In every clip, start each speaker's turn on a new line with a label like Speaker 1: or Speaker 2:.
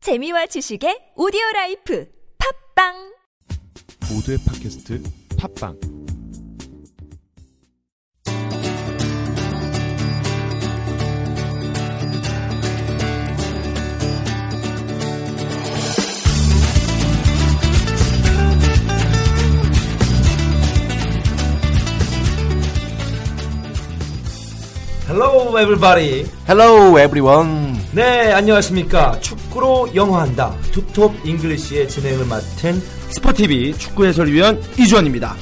Speaker 1: 재미와 지식의 오디오 라이프 팝빵
Speaker 2: 모두의 팟캐스트 팟빵
Speaker 3: Hello everybody.
Speaker 4: Hello everyone.
Speaker 3: 네, 안녕하십니까. 축구로 영어한다. 툭톡 잉글리시의 진행을 맡은
Speaker 4: 스포티비 축구 해설위원 이주원입니다.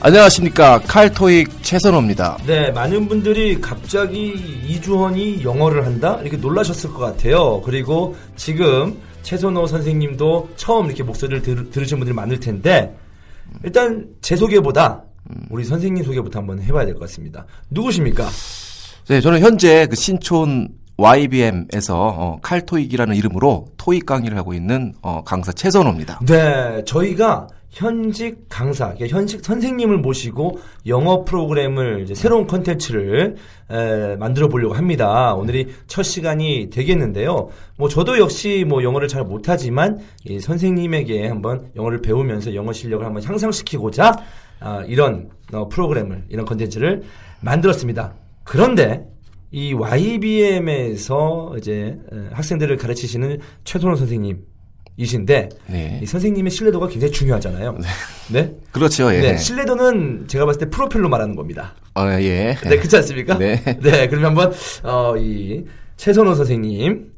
Speaker 4: 안녕하십니까 칼토익 최선호입니다.
Speaker 3: 네, 많은 분들이 갑자기 이주헌이 영어를 한다? 이렇게 놀라셨을 것 같아요. 그리고 지금 최선호 선생님도 처음 이렇게 목소리를 들, 들으신 분들이 많을 텐데 일단 제 소개보다 우리 선생님 소개부터 한번 해봐야 될 것 같습니다. 누구십니까?
Speaker 4: 네, 저는 현재 그 신촌 YBM에서 어, 칼토익이라는 이름으로 토익 강의를 하고 있는 어, 강사 최선호입니다.
Speaker 3: 네, 저희가 현직 강사, 그러니까 현직 선생님을 모시고 영어 프로그램을 이제 새로운 컨텐츠를 에, 만들어 보려고 합니다. 오늘이 첫 시간이 되겠는데요. 뭐 저도 역시 뭐 영어를 잘 못하지만 이 선생님에게 한번 영어를 배우면서 영어 실력을 한번 향상시키고자 아, 이런 어, 프로그램을 이런 컨텐츠를 만들었습니다. 그런데 이 YBM에서 이제 에, 학생들을 가르치시는 최선호 선생님이신데
Speaker 4: 네.
Speaker 3: 이 선생님의 신뢰도가 굉장히 중요하잖아요. 네.
Speaker 4: 그렇죠, 예.
Speaker 3: 네, 신뢰도는 제가 봤을 때 프로필로 말하는 겁니다.
Speaker 4: 어, 예.
Speaker 3: 네, 그렇지 않습니까?
Speaker 4: 네.
Speaker 3: 네, 그러면 한번 어, 이 최선호 선생님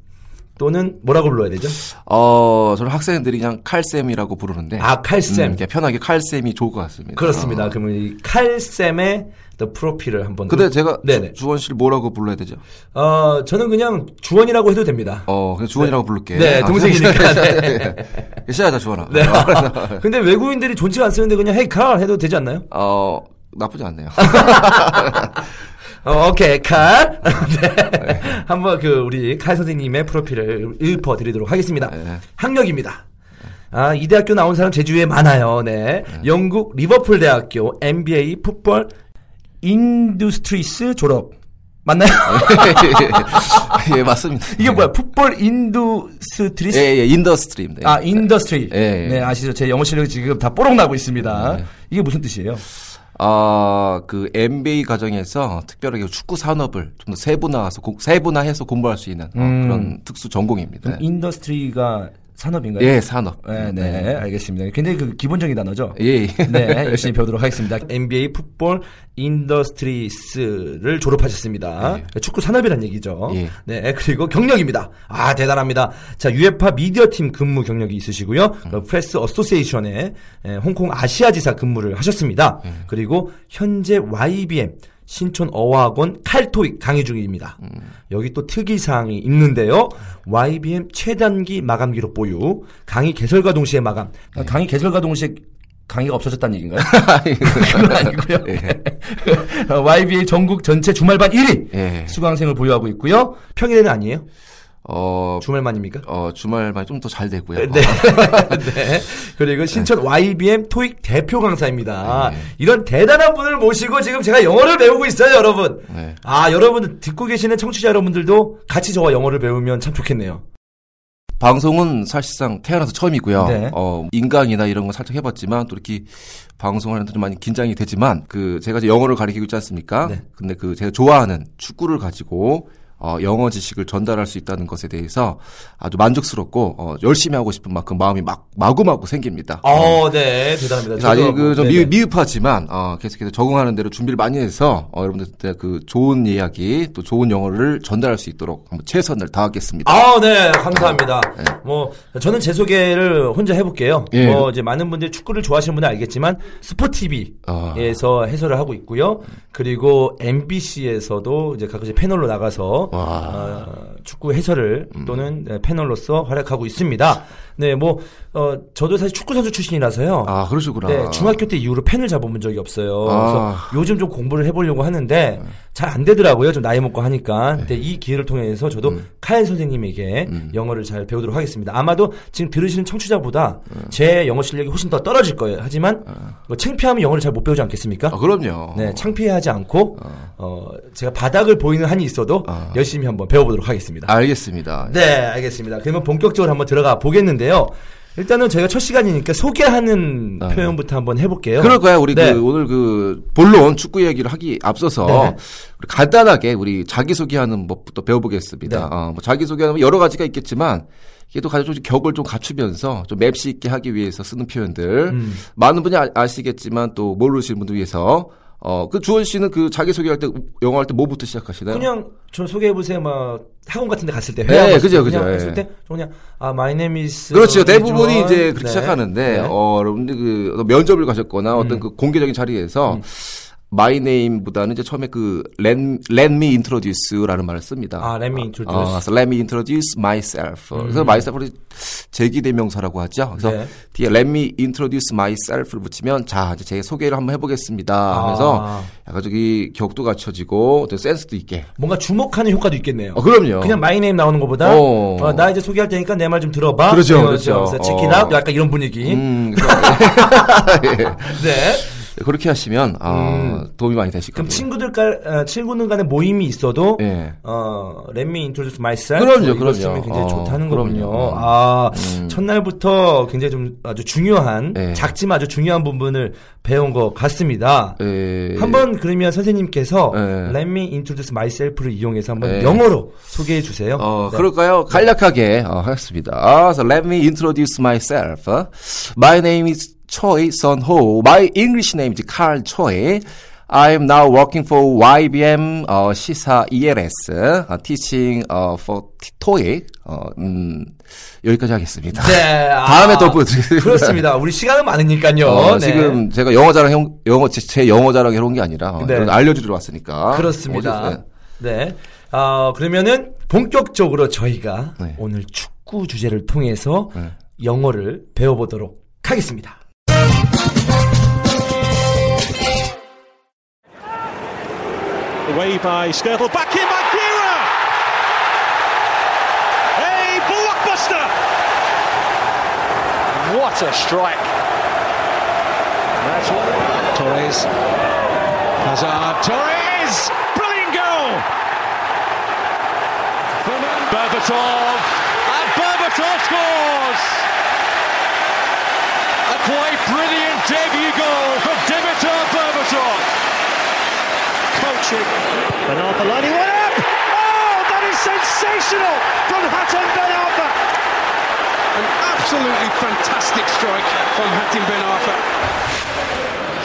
Speaker 3: 또는 뭐라고 불러야 되죠?
Speaker 4: 어, 저는 학생들이 그냥 칼쌤이라고 부르는데.
Speaker 3: 아, 칼쌤.
Speaker 4: 음, 그냥 편하게 칼쌤이 좋을 것 같습니다.
Speaker 3: 그렇습니다.
Speaker 4: 어.
Speaker 3: 그러면 이 칼쌤의 또 프로필을 한번.
Speaker 4: 근데 제가
Speaker 3: 네네.
Speaker 4: 주, 원 씨를 뭐라고 불러야 되죠?
Speaker 3: 어, 저는 그냥 주원이라고 해도 됩니다.
Speaker 4: 어, 그냥 주원이라고 부를게.
Speaker 3: 네, 동생이니까.
Speaker 4: 네. 시작하자, 주원아.
Speaker 3: 네. 근데 외국인들이 존칭 안 쓰는데 그냥 헤이 칼 해도 되지 않나요?
Speaker 4: 어, 나쁘지 않네요.
Speaker 3: 어, 오케이 칼. 네. 한번 그 우리 칼 선생님의 프로필을 읊어드리도록 하겠습니다.
Speaker 4: 네.
Speaker 3: 학력입니다. 아, 이 대학교 나온 사람 제주에 많아요. 네. 영국 리버풀 대학교 MBA 풋볼 인두스트리스 졸업. 맞나요?
Speaker 4: 아, 예, 맞습니다.
Speaker 3: 이게 뭐야? 풋볼 인두스트리스?
Speaker 4: 예, 예, 인더스트리입니다.
Speaker 3: 아, 인더스트리.
Speaker 4: 예, 네. 예.
Speaker 3: 네, 아시죠? 제 영어 실력이 지금 다 뽀록 나고 있습니다. 이게 무슨 뜻이에요?
Speaker 4: 아, 그 MBA 과정에서 특별하게 축구 산업을 좀 더 세분화해서 공- 세분화해서 공부할 수 있는 어,
Speaker 3: 음.
Speaker 4: 그런 특수 전공입니다.
Speaker 3: 그럼 인더스트리가 산업인가요?
Speaker 4: 예, 산업.
Speaker 3: 네, 네, 알겠습니다. 굉장히 그 기본적인 단어죠.
Speaker 4: 예.
Speaker 3: 네, 열심히 배우도록 하겠습니다. NBA 풋볼 인더스트리스를
Speaker 5: 예.
Speaker 3: 졸업하셨습니다. 네, 축구 산업이란 얘기죠.
Speaker 4: 예.
Speaker 3: 네, 그리고 경력입니다. 아, 대단합니다. 자, UEFA 미디어팀 근무 경력이 있으시고요.
Speaker 5: 음.
Speaker 3: 그 프레스 어소시에이션의 에, 홍콩 아시아지사 근무를 하셨습니다.
Speaker 5: 예.
Speaker 3: 그리고 현재 YBM 신촌 어학원 칼토익 강의 중입니다.
Speaker 5: 음.
Speaker 3: 여기 또 특이사항이 있는데요. YBM 최단기 마감 기록 보유, 강의 개설과 동시에 마감.
Speaker 5: 네. 강의 개설과 동시에 강의가 없어졌다는 얘기인가요? 그건 아니고요.
Speaker 3: 어,
Speaker 5: YBA 전국 전체 주말반 1위
Speaker 4: 예.
Speaker 5: 수강생을 보유하고 있고요.
Speaker 3: 평일에는 아니에요?
Speaker 4: 어,
Speaker 3: 주말만입니까?
Speaker 4: 어, 주말만 좀 더 잘 되고요. 어,
Speaker 3: 네. 네. 그리고 신천 YBM 토익 대표 강사입니다. 이런 대단한 분을 모시고 지금 제가 영어를 배우고 있어요, 여러분.
Speaker 4: 네.
Speaker 3: 아, 여러분 듣고 계시는 청취자 여러분들도 같이 저와 영어를 배우면 참 좋겠네요.
Speaker 4: 방송은 사실상 태어나서 처음이고요.
Speaker 3: 네.
Speaker 4: 어, 인강이나 이런 거 살짝 해봤지만 또 이렇게 방송하는데 좀 많이 긴장이 되지만 그 제가 이제 영어를 가리키고 있지 않습니까?
Speaker 3: 네.
Speaker 4: 근데 그 제가 좋아하는 축구를 가지고 어, 영어 지식을 전달할 수 있다는 것에 대해서 아주 만족스럽고 어, 열심히 하고 싶은 만큼 마음이 막 마구마구 생깁니다.
Speaker 3: 어, 네. 대단합니다.
Speaker 4: 그래서 아직
Speaker 3: 저도
Speaker 4: 그좀
Speaker 3: 뭐,
Speaker 4: 미,
Speaker 3: 네네.
Speaker 4: 미흡하지만 어, 계속해서 적응하는 대로 준비를 많이 해서 어, 여러분들한테 그 좋은 이야기 또 좋은 영어를 전달할 수 있도록 한번 최선을 다하겠습니다. 아,
Speaker 3: 아, 네, 감사합니다. 뭐 저는 제 소개를 혼자 해볼게요.
Speaker 4: 예.
Speaker 3: 뭐 이제 많은 분들이 축구를 좋아하시는 분은 알겠지만
Speaker 4: 아.
Speaker 3: 스포티비에서 해설을 하고 있고요. 그리고 MBC에서도 이제 각각 이제 패널로 나가서 어, 축구 해설을
Speaker 4: 음.
Speaker 3: 또는 네, 패널로서 활약하고 있습니다. 네, 뭐 어, 저도 사실 축구 선수 출신이라서요.
Speaker 4: 아 그러시구나.
Speaker 3: 네, 중학교 때 이후로 펜을 잡아본 적이 없어요.
Speaker 4: 아. 네.
Speaker 3: 그래서 요즘 좀 공부를 해보려고 하는데 잘 안
Speaker 4: 음.
Speaker 3: 되더라고요. 좀 나이 먹고 하니까. 근데 이 기회를 통해서 저도 칼 선생님에게 영어를 잘 배우도록 있습니다. 아마도 지금 들으시는 청취자보다
Speaker 4: 네.
Speaker 3: 제 영어 실력이 훨씬 더 떨어질 거예요. 하지만 뭐 창피하면 영어를 잘 못 배우지 않겠습니까?
Speaker 4: 아, 그럼요. 아.
Speaker 3: 네, 창피하지 않고 어, 제가 바닥을 보이는 한이 있어도 열심히 한번 배워보도록 하겠습니다.
Speaker 4: 알겠습니다.
Speaker 3: 네, 알겠습니다. 그러면 본격적으로 한번 들어가 보겠는데요. 일단은 저희가 첫 시간이니까 소개하는
Speaker 4: 네.
Speaker 3: 표현부터 한번 해볼게요.
Speaker 4: 그럴 거야. 우리
Speaker 3: 네.
Speaker 4: 그 오늘 그 본론 축구 얘기를 하기 앞서서
Speaker 3: 네.
Speaker 4: 우리 간단하게 우리 자기 소개하는 법부터 배워보겠습니다.
Speaker 3: 네.
Speaker 4: 어, 뭐 자기 소개하면 여러 가지가 있겠지만 이게 또 가장 좀 격을 좀 갖추면서 좀 맵시 있게 하기 위해서 쓰는 표현들
Speaker 3: 음.
Speaker 4: 많은 분이 아, 시겠지만또 모르시는 분들 위해서 어, 그 주원 씨는 그 자기 소개할 때 영어 할 때 뭐부터 시작하시나요?
Speaker 3: 그냥 저 소개해 보세요. 막 학원 같은 데 갔을 때
Speaker 4: 네,
Speaker 3: 회화 갔을
Speaker 4: 그죠,
Speaker 3: 때 그냥
Speaker 4: 그죠,
Speaker 3: 했을
Speaker 4: 예.
Speaker 3: 때 그냥 아 my name is
Speaker 4: 그렇죠.
Speaker 3: 어,
Speaker 4: 대부분이
Speaker 3: 이주원.
Speaker 4: 이제 그렇게
Speaker 3: 네.
Speaker 4: 시작하는데,
Speaker 3: 네. 음.
Speaker 4: 어, 여러분들 그 어떤 면접을 가셨거나 어떤 그 공개적인 자리에서 마이 네임보다는 이제 처음에 그 let, let me introduce라는 말을 씁니다.
Speaker 3: 아, let me introduce. 음.
Speaker 4: 어, 그래서 let me introduce myself. 그래서 myself를 제기 대명사라고 하죠. 그래서
Speaker 3: 네.
Speaker 4: 뒤에 let me introduce myself를 붙이면 자, 이제 제 소개를 한번 해보겠습니다. 그래서
Speaker 3: 아.
Speaker 4: 약간 저기 격도 갖춰지고 또 센스도 있게.
Speaker 3: 뭔가 주목하는 효과도 있겠네요.
Speaker 4: 어, 그럼요.
Speaker 3: 그냥 my name 나오는 것보다
Speaker 4: 어.
Speaker 3: 어, 나 이제 소개할 테니까 내 말 좀 들어봐.
Speaker 4: 그렇죠,
Speaker 3: 이러면서
Speaker 4: 그렇죠.
Speaker 3: 그래서 check it out.
Speaker 4: 어.
Speaker 3: 약간 이런 분위기.
Speaker 4: 음, 그래서- 예.
Speaker 3: 네.
Speaker 4: 그렇게 하시면 아, 도움이 많이 되실
Speaker 3: 음. 그럼
Speaker 4: 겁니다.
Speaker 3: 친구들 간 어, 친구들 간의 모임이 있어도
Speaker 4: 예.
Speaker 3: 어, let me introduce myself. 뭐
Speaker 4: 그럼요,
Speaker 3: 이거
Speaker 4: 그럼요.
Speaker 3: 쓰면 굉장히
Speaker 4: 어,
Speaker 3: 좋다는
Speaker 4: 그럼요. 음.
Speaker 3: 거군요. 아, 첫날부터 굉장히 좀 아주 중요한,
Speaker 4: 예.
Speaker 3: 작지만 아주 중요한 부분을 배운 것 같습니다.
Speaker 4: 예.
Speaker 3: 한번 그러면 선생님께서
Speaker 4: 예.
Speaker 3: let me introduce myself를 이용해서 한번
Speaker 4: 예.
Speaker 3: 영어로 소개해 주세요.
Speaker 4: 어,
Speaker 3: 네.
Speaker 4: 그럴까요? 간략하게 어, 하겠습니다. 아, so let me introduce myself. My name is Choi Sun Ho. My English name is Carl Choi. I am now working for YBM 어, 시사 ELS 어, teaching 어, for TOEIC. 어, 음, 여기까지 하겠습니다.
Speaker 3: 네, 아,
Speaker 4: 다음에 또 보여드리겠습니다.
Speaker 3: 그렇습니다. 우리 시간은 많으니까요.
Speaker 4: 어,
Speaker 3: 네.
Speaker 4: 지금 제가 영어 자랑 형- 영어 제, 제 영어 자랑 해놓은 게 아니라 어,
Speaker 3: 네.
Speaker 4: 여러분 알려주러 왔으니까
Speaker 3: 그렇습니다.
Speaker 4: 어디서- 네.
Speaker 3: 네. 아, 그러면은 본격적으로 저희가
Speaker 4: 네.
Speaker 3: 오늘 축구 주제를 통해서 영어를 배워보도록 하겠습니다.
Speaker 6: Away by Skirtle, back in by Kira! A blockbuster! What a strike! That's what Torres. Hazard, Torres! Brilliant goal! From Berbatov, and Berbatov scores! A quite brilliant debut goal from Dimitar Berbatov! coaching. Ben Arfa lining one up. Oh, that is sensational from Hatem Ben Arfa. An absolutely fantastic strike from Hatem Ben Arfa.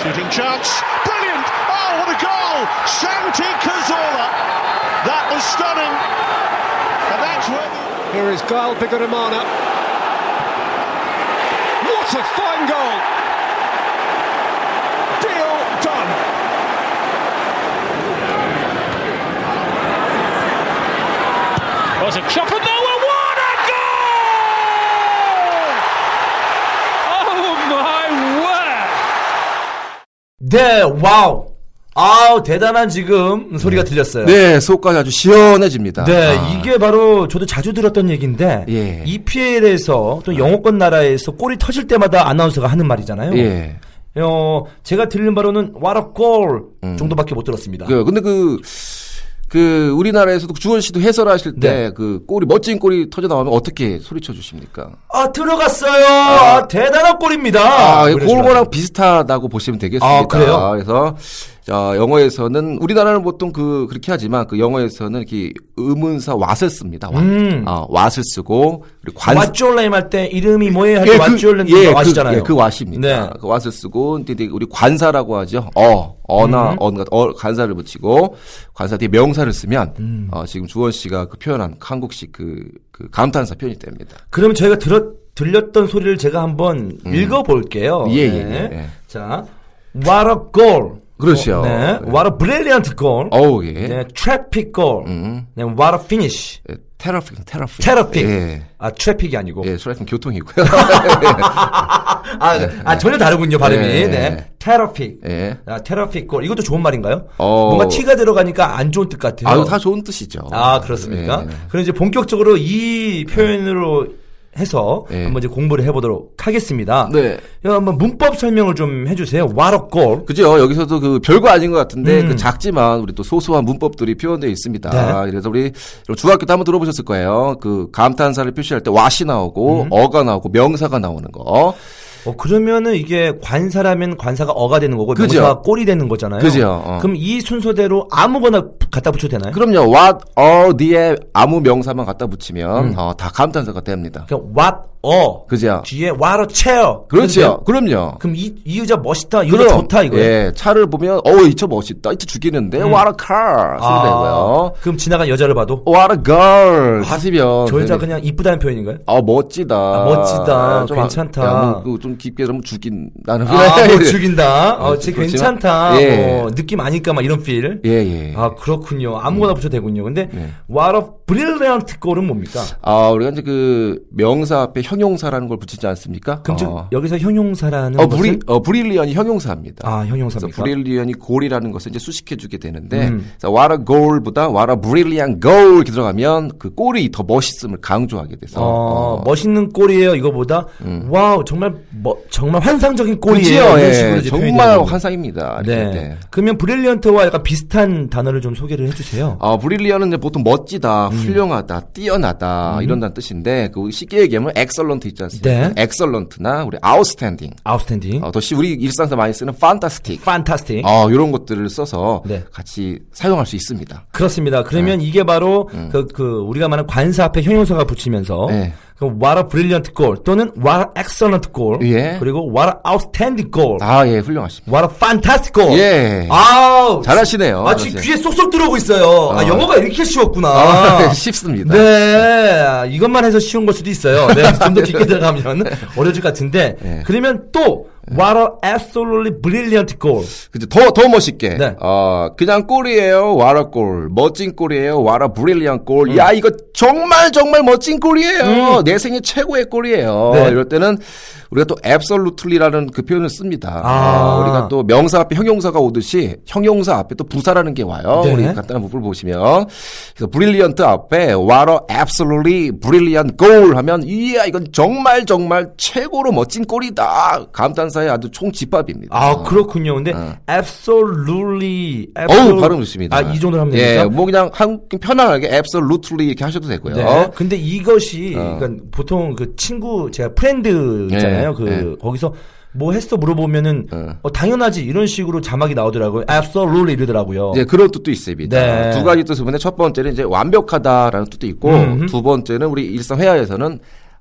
Speaker 6: Shooting chance. Brilliant. Oh, what a goal. Santi Cazorla. That was stunning. And that's where the... Here is Gael Bigaramana. What a fine goal. Deal done. was a shot from nowhere. What a goal! Oh my word!
Speaker 3: 네, 와우. 아우, 대단한 지금 소리가 들렸어요.
Speaker 4: 네, 속까지 아주 시원해집니다.
Speaker 3: 네,
Speaker 4: 아,
Speaker 3: 이게 바로 저도 자주 들었던 얘기인데
Speaker 4: 예. 네.
Speaker 3: EPL에서 또 영어권 나라에서 골이 터질 때마다 아나운서가 하는 말이잖아요.
Speaker 4: 예.
Speaker 3: 어, 제가 들은 바로는 what a goal 정도밖에 못 들었습니다.
Speaker 4: 음. 그 근데 그, 그, 우리나라에서도 주원 씨도 해설하실 때,
Speaker 3: 네.
Speaker 4: 그, 골이, 멋진 골이 터져 나오면 어떻게 소리쳐 주십니까?
Speaker 3: 아, 들어갔어요. 아, 대단한 골입니다.
Speaker 4: 아, 이
Speaker 3: 그러시면
Speaker 4: 골고랑 비슷하다고 보시면 되겠습니다.
Speaker 3: 아, 그래요?
Speaker 4: 래서 자, 영어에서는, 우리나라는 보통 그, 그렇게 하지만, 그 영어에서는 이렇게 의문사 왓을 씁니다. 왓.
Speaker 3: 음.
Speaker 4: 아, 왓을 쓰고, 그리고 관,
Speaker 3: 왓졸라임 할 때 이름이 뭐예요? 할때 왓졸라임
Speaker 4: 예,
Speaker 3: 그, 아시잖아요.
Speaker 4: 그, 예, 그 왓입니다.
Speaker 3: 네.
Speaker 4: 그 왓을 쓰고 근데 이제 우리 관사라고 하죠. 어,
Speaker 3: 음.
Speaker 4: 어나 언 같은 어, 간사를 붙이고 관사 뒤에 명사를 쓰면
Speaker 3: 음.
Speaker 4: 어, 지금 주원 씨가 그 표현한 한국식 그, 그 감탄사 표현이 됩니다.
Speaker 3: 그러면 저희가 들었, 들렸던 소리를 제가 한번 읽어볼게요.
Speaker 4: 음.
Speaker 3: 네.
Speaker 4: 예, 예, 예.
Speaker 3: 자, what a goal.
Speaker 4: 그렇죠.
Speaker 3: 어, 네.
Speaker 4: 예.
Speaker 3: What a brilliant goal.
Speaker 4: 어우 예.
Speaker 3: 네, traffic goal. 네, what a finish.
Speaker 4: 예, 테러픽, 테러픽.
Speaker 3: 트래픽.
Speaker 4: 예.
Speaker 3: 아, 트래픽이 아니고.
Speaker 4: 예, 트래픽 교통이고요.
Speaker 3: 아, 아, 전혀 다르군요, 발음이.
Speaker 4: 예.
Speaker 3: 네. 트래픽.
Speaker 4: 예.
Speaker 3: 아, 트래픽 골. 이것도 좋은 말인가요?
Speaker 4: 어.
Speaker 3: 뭔가 티가 들어가니까 안 좋은 뜻 같아요.
Speaker 4: 아유, 네, 다 좋은 뜻이죠.
Speaker 3: 아, 그렇습니까?
Speaker 4: 예.
Speaker 3: 그럼 이제 본격적으로 이 표현으로 해서
Speaker 4: 예.
Speaker 3: 한번 이제 공부를 해보도록 하겠습니다.
Speaker 4: 네.
Speaker 3: 이거 한번 문법 설명을 좀 해주세요. What a goal.
Speaker 4: 그죠? 여기서도 그 별거 아닌 것 같은데
Speaker 3: 음.
Speaker 4: 그 작지만 우리 또 소소한 문법들이 표현되어 있습니다.
Speaker 3: 네.
Speaker 4: 그래서 우리 여러분 중학교 때 한번 들어보셨을 거예요. 그 감탄사를 표시할 때 와시
Speaker 3: 음.
Speaker 4: 나오고 어가 나오고 명사가 나오는 거.
Speaker 3: 어, 그러면은 이게 관사라면 관사가 어가 되는 거고
Speaker 4: 그죠.
Speaker 3: 명사가 꼴이 되는 거잖아요.
Speaker 4: 그죠, 어.
Speaker 3: 그럼 이 순서대로 아무거나 갖다 붙여도 되나요?
Speaker 4: 그럼요. what, or 뒤에 아무 명사만 갖다 붙이면
Speaker 3: 음.
Speaker 4: 어, 다 감탄사가 됩니다.
Speaker 3: 그러니까 what a
Speaker 4: 그죠?
Speaker 3: 뒤에 what a chair.
Speaker 4: 그렇죠.
Speaker 3: 근데
Speaker 4: 그럼요.
Speaker 3: 그럼 이, 이 여자 멋있다. 이 여자 좋다 이거예요. 음.
Speaker 4: 예, 차를 보면 어우 이차 멋있다. 이차 죽이는데 what a car 쓰면 되고요.
Speaker 3: 아, 그럼 지나간 여자를 봐도
Speaker 4: what a girl 하시면
Speaker 3: 저 여자
Speaker 4: 되는-
Speaker 3: 그냥 이쁘다는 표현인가요?
Speaker 4: 아 멋지다.
Speaker 3: 아, 멋지다.
Speaker 4: 아,
Speaker 3: 괜찮다.
Speaker 4: 야, 뭐, 그거 좀 깊게 좀 죽인 나는.
Speaker 3: 아, 뭐 죽인다. 어,
Speaker 4: 아,
Speaker 3: 쟤
Speaker 4: 그렇지만-
Speaker 3: 괜찮다.
Speaker 4: 예.
Speaker 3: 뭐 느낌 아니까 막 이런 필.
Speaker 4: 예예. 예. 아,
Speaker 3: 아 그렇군요. 아무거나 붙여도 되군요. 근데 what a brilliant goal은 뭡니까?
Speaker 4: 아, 우리가 이제 그 명사 앞에 형용사라는 걸 붙이지 않습니까?
Speaker 3: 그럼 즉
Speaker 4: 어.
Speaker 3: 여기서 형용사라는
Speaker 4: 어,
Speaker 3: 것은
Speaker 4: 브리, 어, 브릴리언이 형용사입니다.
Speaker 3: 아
Speaker 4: 그래서
Speaker 3: 형용사입니까? 음.
Speaker 4: 브릴리언이 골이라는 것을 이제 수식해주게 되는데, 그래서 what a goal보다 what a brilliant goal 이렇게 들어가면 그 골이 더 멋있음을 강조하게 돼서.
Speaker 3: 어, 멋있는 꼴이에요. 이거보다 와우 정말 뭐, 정말 환상적인 꼴이에요.
Speaker 4: 음. 그지요?
Speaker 3: 이런 식으로
Speaker 4: 예,
Speaker 3: 이제 표현이
Speaker 4: 정말
Speaker 3: 되는
Speaker 4: 환상입니다.
Speaker 3: 거죠.
Speaker 4: 이렇게,
Speaker 3: 네. 그러면 브릴리언트와 약간 비슷한 단어를 좀 소개를 해주세요.
Speaker 4: 어, 브릴리언은 이제 보통 멋지다,
Speaker 3: 음.
Speaker 4: 훌륭하다, 뛰어나다 이런 다는 뜻인데 그 쉽게 얘기하면 엑설런트 있지 않습니까?
Speaker 3: 네. 음.
Speaker 4: 엑설런트나 우리 아웃스탠딩,
Speaker 3: 아웃스탠딩,
Speaker 4: 어, 더 시- 우리 일상에서 많이 쓰는 판타스틱,
Speaker 3: 판타스틱.
Speaker 4: 어, 이런 것들을 써서
Speaker 3: 음. 네.
Speaker 4: 같이 사용할 수 있습니다.
Speaker 3: 그렇습니다. 그러면
Speaker 4: 네.
Speaker 3: 이게 바로 그, 그 우리가 말하는 관사 앞에 형용사가 붙이면서
Speaker 4: 음. 네.
Speaker 3: 그 what a brilliant goal 또는 what a excellent goal
Speaker 4: 예.
Speaker 3: 그리고 what a outstanding goal,
Speaker 4: 아, 예, 훌륭하십니다.
Speaker 3: what a fantastic goal.
Speaker 4: 예.
Speaker 3: 아우
Speaker 4: 잘하시네요.
Speaker 3: 아, 지금
Speaker 4: 잘하세요.
Speaker 3: 귀에 쏙쏙 들어오고 있어요. 아,
Speaker 4: 어.
Speaker 3: 영어가 이렇게 쉬웠구나.
Speaker 4: 아, 쉽습니다.
Speaker 3: 네, 이것만 해서 쉬운 걸 수도 있어요. 네, 좀 더 깊게 들어가면 어려질 것 같은데.
Speaker 4: 네.
Speaker 3: 그러면 또 What a absolutely brilliant goal.
Speaker 4: 그죠? 더, 더 멋있게.
Speaker 3: 네.
Speaker 4: 어, 그냥 골이에요. 와라 골. 멋진 골이에요. 와라 브릴리언 골. 야, 이거 정말 정말 멋진 골이에요. 내 생애 최고의 골이에요.
Speaker 3: 음. 네.
Speaker 4: 이럴 때는 우리가 또 absolutely라는 그 표현을 씁니다.
Speaker 3: 아.
Speaker 4: 어, 우리가 또 명사 앞에 형용사가 오듯이 형용사 앞에 또 부사라는 게 와요.
Speaker 3: 네.
Speaker 4: 우리 간단한 문법을 보시면. 그래서 brilliant 앞에 와라 absolutely brilliant goal 하면 이야, 이건 정말 정말 최고로 멋진 골이다. 감탄사의 아주 총집합입니다.
Speaker 3: 아, 그렇군요. 근데 absolutely.
Speaker 4: 어. 어우
Speaker 3: absolute-
Speaker 4: 발음 좋습니다.
Speaker 3: 아, 이 정도로 하면
Speaker 4: 예,
Speaker 3: 됩니까?
Speaker 4: 뭐 그냥 한 편안하게 absolutely 이렇게 하셔도 되고요.
Speaker 3: 네. 근데 이것이 그러니까 보통 그 친구 제가 프렌드 있잖아요.
Speaker 4: 어. 예,
Speaker 3: 그
Speaker 4: 예.
Speaker 3: 거기서 뭐 했어 물어보면은 어, 당연하지 이런 식으로 자막이 나오더라고요. absolutely 이러더라고요.
Speaker 4: 이제 그런 뜻도 있습니다.
Speaker 3: 네.
Speaker 4: 두 가지 뜻을 보는데 첫 번째는 이제 완벽하다라는 뜻도 있고 두 번째는 우리 일상 회화에서는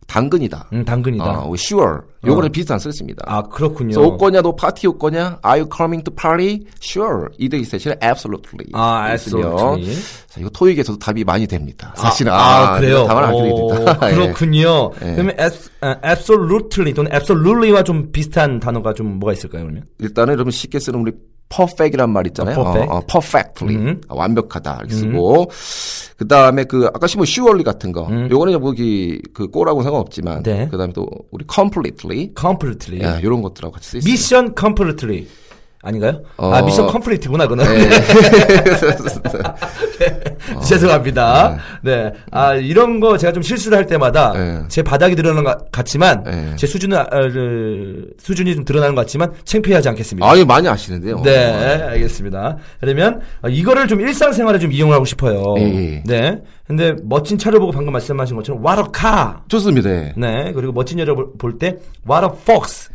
Speaker 4: 당근이다.
Speaker 3: 음, 당근이다.
Speaker 4: 어, sure. 요거는 비슷한 뜻입니다.
Speaker 3: 아,
Speaker 4: 그래서
Speaker 3: 그렇군요.
Speaker 4: 옷 거냐, 너 파티 옷 거냐? Are you coming to party? Sure. 이 대기 대신에 absolutely.
Speaker 3: 아,
Speaker 4: 있으며
Speaker 3: absolutely.
Speaker 4: 자, 이거 토익에서도 답이 많이 됩니다. 사실은
Speaker 3: 아, 그래요.
Speaker 4: 답을 알게
Speaker 3: 오,
Speaker 4: 됩니다. 예.
Speaker 3: 그렇군요.
Speaker 4: 예.
Speaker 3: 그러면 abs- 아, absolutely 또는 absolutely와 좀 비슷한 단어가 좀 뭐가 있을까요, 그러면?
Speaker 4: 일단은 여러분 쉽게 쓰는 우리 perfect이란 말 있잖아요.
Speaker 3: 어, perfect.
Speaker 4: 어, 어, perfectly
Speaker 3: 음.
Speaker 4: 아, 완벽하다 이렇게 쓰고 그 다음에 그 아까 심은 surely 같은 거 요거는 여기 그 꼬라고 상관없지만
Speaker 3: 음. 네.
Speaker 4: 그 다음에 또 우리 completely
Speaker 3: completely.
Speaker 4: 야, 이런 것들하고 같이 쓰있습니다
Speaker 3: 미션 completely. 아닌가요?
Speaker 4: 어. 네.
Speaker 3: 아, 미션 컴플리트구나, 그는.
Speaker 4: 어.
Speaker 3: 죄송합니다. 네. 아, 이런 거 제가 좀 실수를 할 때마다
Speaker 4: 예.
Speaker 3: 제 바닥이 드러나는 것 같지만,
Speaker 4: 예.
Speaker 3: 제 수준은, 아, 어, 수준이 좀 드러나는 것 같지만, 창피하지 않겠습니다.
Speaker 4: 아, 어, 이거 많이 아시는데요.
Speaker 3: 네, 알겠습니다. 그러면 어, 이거를 좀 일상생활에 좀 이용하고 싶어요.
Speaker 4: 예, 예.
Speaker 3: 네. 근데 멋진 차를 보고 방금 말씀하신 것처럼 what a car.
Speaker 4: 좋습니다. 예.
Speaker 3: 네. 그리고 멋진 여자 볼때 what a fox.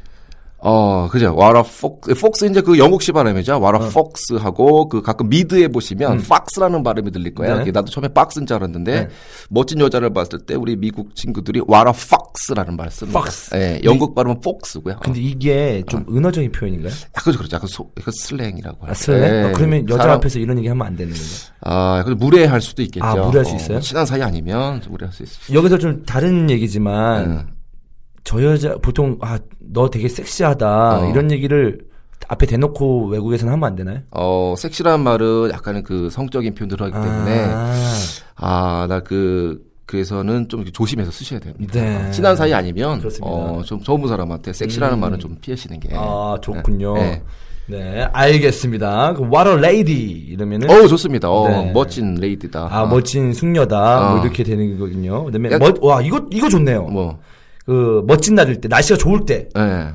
Speaker 4: 어, 그죠. 와라 폭스, 폭스 이제 그 영국식 발음이죠. 와라
Speaker 3: 어.
Speaker 4: 폭스하고 그 가끔 미드에 보시면 박스라는 발음이 들릴 거예요.
Speaker 3: 네.
Speaker 4: 나도 처음에 박스인 줄 알았는데 멋진 여자를 봤을 때 우리 미국 친구들이 와라 폭스라는 말을 씁니다.
Speaker 3: Fox.
Speaker 4: 예, 영국 발음은 폭스고요.
Speaker 3: 근데 이게 좀
Speaker 4: 아.
Speaker 3: 은어적인 표현인가요?
Speaker 4: 약간 그렇죠. 약간 소, 약간 슬랭이라고
Speaker 3: 아,
Speaker 4: 할까요?
Speaker 3: 슬래?
Speaker 4: 예,
Speaker 3: 아, 그러면 여자
Speaker 4: 사람-
Speaker 3: 앞에서 이런 얘기 하면 안 되는 거예요.
Speaker 4: 아, 그래서 무례할 수도 있겠죠. 뭐
Speaker 3: 아, 무례할 수 있어요?
Speaker 4: 친한 사이 아니면 좀 무례할 수 있습니다.
Speaker 3: 여기서 좀 다른 얘기지만
Speaker 4: 네.
Speaker 3: 저 여자 보통 아 너 되게 섹시하다
Speaker 4: 어.
Speaker 3: 이런 얘기를 앞에 대놓고 외국에서는 하면 안 되나요?
Speaker 4: 어, 섹시라는 말은 약간은 그 성적인 표현들을 하기 때문에
Speaker 3: 아.
Speaker 4: 아, 나 그, 그래서는 좀 이렇게 조심해서 쓰셔야 됩니다.
Speaker 3: 네.
Speaker 4: 친한 사이 아니면,
Speaker 3: 그렇습니다. 음.
Speaker 4: 어, 좀, 좋은 사람한테 섹시라는 말은 좀 피하시는 게.
Speaker 3: 아 좋군요.
Speaker 4: 네.
Speaker 3: 네, 알겠습니다. 그 What a lady 이러면은
Speaker 4: 오 좋습니다. 어,
Speaker 3: 네.
Speaker 4: 멋진 레이디다.
Speaker 3: 아, 멋진 숙녀다 뭐
Speaker 4: 아.
Speaker 3: 이렇게 되는 거거든요. 그다음에
Speaker 4: 약-
Speaker 3: 멋, 와 이거 이거 좋네요.
Speaker 4: 뭐.
Speaker 3: 그 멋진 날일 때 날씨가 좋을 때
Speaker 4: 예.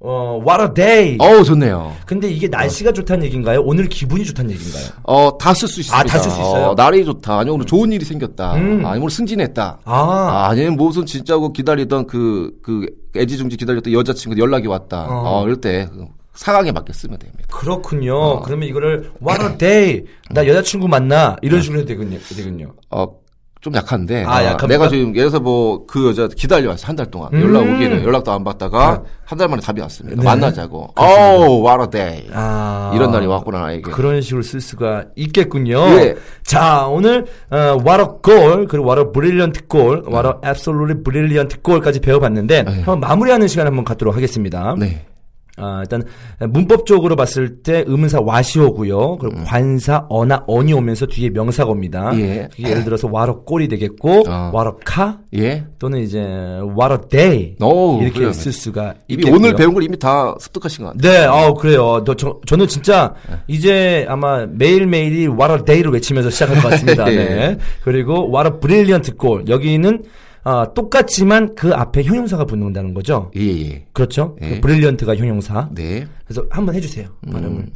Speaker 3: 어, What a day.
Speaker 4: 어우 좋네요.
Speaker 3: 근데 이게 날씨가 좋다는 얘기인가요? 오늘 기분이 좋다는 얘기인가요?
Speaker 4: 어, 다 쓸 수 있습니다.
Speaker 3: 아, 다쓸수 있어요?
Speaker 4: 어, 날이 좋다. 아니, 오늘 좋은 일이 생겼다.
Speaker 3: 음.
Speaker 4: 아니, 오늘 승진했다.
Speaker 3: 아,
Speaker 4: 아, 아니면 무슨 진짜 그 기다리던 그, 그, 애지중지 기다렸던 여자친구 연락이 왔다.
Speaker 3: 어.
Speaker 4: 어, 이럴 때 사강에 맞게 쓰면 됩니다.
Speaker 3: 그렇군요. 그러면 이거를 What a day. 나 여자친구 만나 이런 식으로 해도 되군요. 되군요.
Speaker 4: 어, 좀 약한데.
Speaker 3: 아,
Speaker 4: 어,
Speaker 3: 약합니까? 음.
Speaker 4: 내가 지금 예를 들어서 뭐 그 여자 기다려왔어. 한 달 동안. 연락 오기는 연락도 안 받다가
Speaker 3: 네.
Speaker 4: 한 달 만에 답이 왔습니다. 만나자고. 어우, what a day.
Speaker 3: 그 아,
Speaker 4: 이런 날이 왔구나, 나에게.
Speaker 3: 그런 식으로 쓸 수가 있겠군요.
Speaker 4: 예.
Speaker 3: 자, 오늘 어, what a goal 그리고 what a brilliant goal, what a absolutely brilliant goal까지 배워봤는데 한번 마무리하는 시간 한번 갖도록 하겠습니다.
Speaker 4: 네.
Speaker 3: 아, 일단 문법적으로 봤을 때 의문사 와시오고요. 그리고 관사 어나 언이 오면서 뒤에 명사가 옵니다.
Speaker 4: 음. 예.
Speaker 3: 그게 예를 들어서 what a 골이 되겠고
Speaker 4: 아.
Speaker 3: what a 카
Speaker 4: 예.
Speaker 3: 또는 이제 what a day
Speaker 4: 어우,
Speaker 3: 이렇게
Speaker 4: 그래요.
Speaker 3: 쓸 수가
Speaker 4: 이미
Speaker 3: 있겠고요.
Speaker 4: 오늘 배운 걸 이미 다 습득하신 것 같아요.
Speaker 3: 네, 어 그래요. 너, 저, 저는 진짜 이제 아마 매일 매일이 What a Day를 외치면서 시작할 것 같습니다. 네.
Speaker 4: 예.
Speaker 3: 그리고 What a Brilliant Goal 여기는 아, 똑같지만 그 앞에 형용사가 붙는다는 거죠.
Speaker 4: 예, 예.
Speaker 3: 그렇죠.
Speaker 4: 예.
Speaker 3: 그 브릴리언트가 형용사.
Speaker 4: 네.
Speaker 3: 그래서 한번 해주세요. 발음을.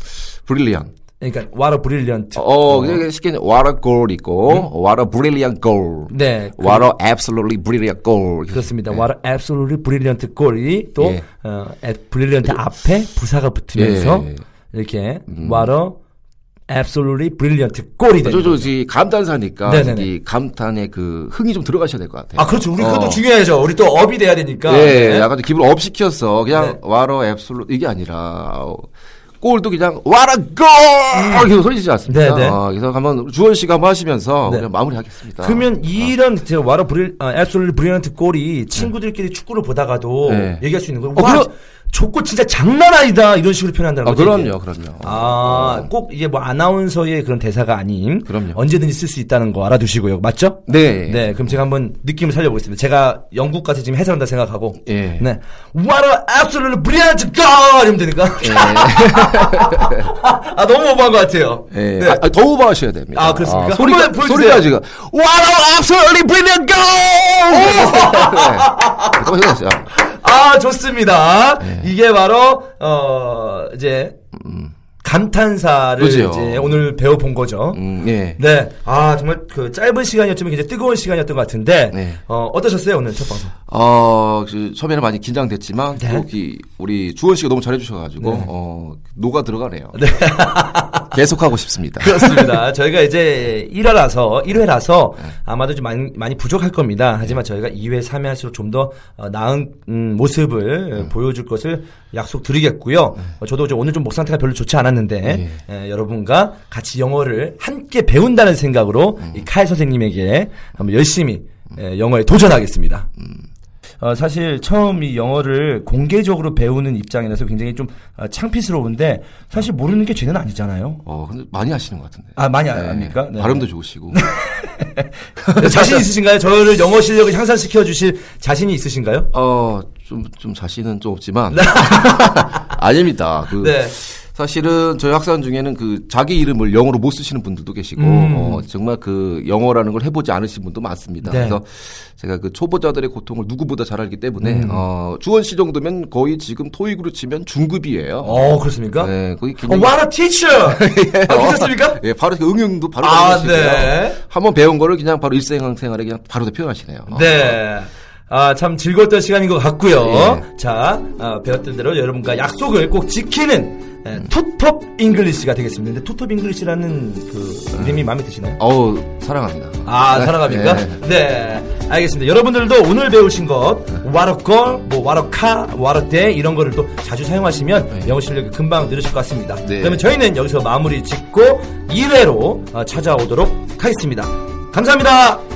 Speaker 4: 브릴리언.
Speaker 3: 그러니까 What a Brilliant.
Speaker 4: 어, 그냥 쉽게 what a goal 있고, what a brilliant goal.
Speaker 3: 네. 그-
Speaker 4: what a absolutely brilliant goal.
Speaker 3: 그렇습니다. What a absolutely brilliant goal이 또
Speaker 4: 예.
Speaker 3: 어, at brilliant 앞에 부사가 붙으면서
Speaker 4: 예.
Speaker 3: 이렇게 What a absolutely brilliant goal이 되죠.
Speaker 4: 아, 저저 이 감탄사니까
Speaker 3: 네네네.
Speaker 4: 이 감탄에 그 흥이 좀 들어가셔야 될 것 같아요.
Speaker 3: 아, 그렇죠. 우리
Speaker 4: 어.
Speaker 3: 그것도 중요하죠. 우리 또 업이 돼야 되니까.
Speaker 4: 예,
Speaker 3: 네.
Speaker 4: 약간 좀 기분 업 시켜서 그냥 what a absolute 이게 아니라 어, 골도 그냥 what a goal 이렇게 소리지지 않습니까?
Speaker 3: 네네.
Speaker 4: 어, 그래서 한번 주원 씨가 한번 하시면서
Speaker 3: 네.
Speaker 4: 그냥 마무리하겠습니다.
Speaker 3: 그러면 이런 제 와라 브릴 아, 앱솔리 브리언트 골이 친구들끼리 축구를 보다가도
Speaker 4: 네.
Speaker 3: 얘기할 수 있는 거예요.
Speaker 4: 어,
Speaker 3: 와,
Speaker 4: 그럼-
Speaker 3: 좋고 진짜 장난 아니다 이런 식으로 표현한다는
Speaker 4: 아,
Speaker 3: 거죠.
Speaker 4: 그럼요,
Speaker 3: 이게.
Speaker 4: 그럼요. 어.
Speaker 3: 아, 꼭 이게 뭐 아나운서의 그런 대사가 아닌
Speaker 4: 그럼요.
Speaker 3: 언제든지 쓸 수 있다는 거 알아두시고요. 맞죠?
Speaker 4: 네.
Speaker 3: 네, 그럼 제가 한번 느낌을 살려보겠습니다. 제가 영국 가서 지금 해설한다 생각하고,
Speaker 4: 예.
Speaker 3: 네, What a absolutely brilliant goal 이러면 되니까. 아 너무 오버한 것 같아요.
Speaker 4: 예.
Speaker 3: 네.
Speaker 4: 아, 아, 더 오버하셔야 됩니다.
Speaker 3: 아, 그렇습니까? 한번
Speaker 4: 소리가,
Speaker 3: 보여주세요.
Speaker 4: 소리가 지금, What an absolutely brilliant goal! 네. 깜짝 놀랐어요.
Speaker 3: 아 좋습니다.
Speaker 4: 예.
Speaker 3: 이게 바로 어 이제 감탄사를
Speaker 4: 음. 그죠.
Speaker 3: 이제 오늘 배워본 거죠.
Speaker 4: 음, 예.
Speaker 3: 네, 아 정말 그 짧은 시간이었지만 굉장히 뜨거운 시간이었던 것 같은데
Speaker 4: 네.
Speaker 3: 어, 어떠셨어요 오늘 첫 방송?
Speaker 4: 어, 그, 처음에는 많이 긴장됐지만,
Speaker 3: 네.
Speaker 4: 또 이, 우리 주원 씨가 너무 잘해주셔가지고, 어, 녹아 들어가네요. 계속하고 싶습니다.
Speaker 3: 그렇습니다. 저희가 이제 1회라서 1회라서 아마도 좀 많이, 많이 부족할 겁니다. 하지만 저희가 2회, 3회 할수록 좀 더 나은 음, 모습을 보여줄 것을 약속드리겠고요. 어, 저도 이제 오늘 좀 목 상태가 별로 좋지 않았는데 에, 여러분과 같이 영어를 함께 배운다는 생각으로 이 카이 선생님에게 한번 열심히 에, 영어에 도전하겠습니다. 어, 사실 처음 이 영어를 공개적으로 배우는 입장이라서 굉장히 좀 어, 창피스러운데 사실 모르는 게 죄는 아니잖아요.
Speaker 4: 어, 근데 많이 하시는 것 같은데.
Speaker 3: 아, 많이 아- 압니까? 네.
Speaker 4: 발음도 좋으시고.
Speaker 3: 자신 있으신가요? 저를 영어 실력을 향상시켜 주실 자신이 있으신가요?
Speaker 4: 어, 좀, 좀 자신은 좀 없지만. 아닙니다. 그,
Speaker 3: 네.
Speaker 4: 사실은 저희 학생 중에는 그 자기 이름을 영어로 못 쓰시는 분들도 계시고, 어, 정말 그 영어라는 걸 해보지 않으신 분도 많습니다.
Speaker 3: 음. 네.
Speaker 4: 그래서 제가 그 초보자들의 고통을 누구보다 잘 알기
Speaker 3: 음.
Speaker 4: 때문에, 어, 주원 씨 정도면 거의 지금 토익으로 치면 중급이에요.
Speaker 3: 어, 그렇습니까?
Speaker 4: 네, 예. 거기
Speaker 3: 어, what a teacher! 아, 괜찮습니다.
Speaker 4: 예, 바로 그 응용도 바로
Speaker 3: 아,
Speaker 4: 가능하시고요.
Speaker 3: 네.
Speaker 4: 한번 배운 거를 그냥 바로 일생생활에 그냥 바로 다 표현하시네요. 어.
Speaker 3: 네. 아, 참 즐거웠던 시간인 것 같고요.
Speaker 4: 예.
Speaker 3: 자, 아, 배웠던 대로 여러분과 약속을 꼭 지키는 에, 투톱 잉글리시가 되겠습니다. 근데 투톱 잉글리시라는 그 이름이 마음에 드시나요?
Speaker 4: 어우, 사랑합니다.
Speaker 3: 아, 사랑합니까?
Speaker 4: 예.
Speaker 3: 네. 알겠습니다. 여러분들도 오늘 배우신 것, 와로걸, 뭐, 와로카, 와로대, 이런 거를 또 자주 사용하시면 영어 실력이 금방 늘으실 것 같습니다.
Speaker 4: 네.
Speaker 3: 그러면 저희는 여기서 마무리 짓고 2회로 찾아오도록 하겠습니다. 어, 감사합니다.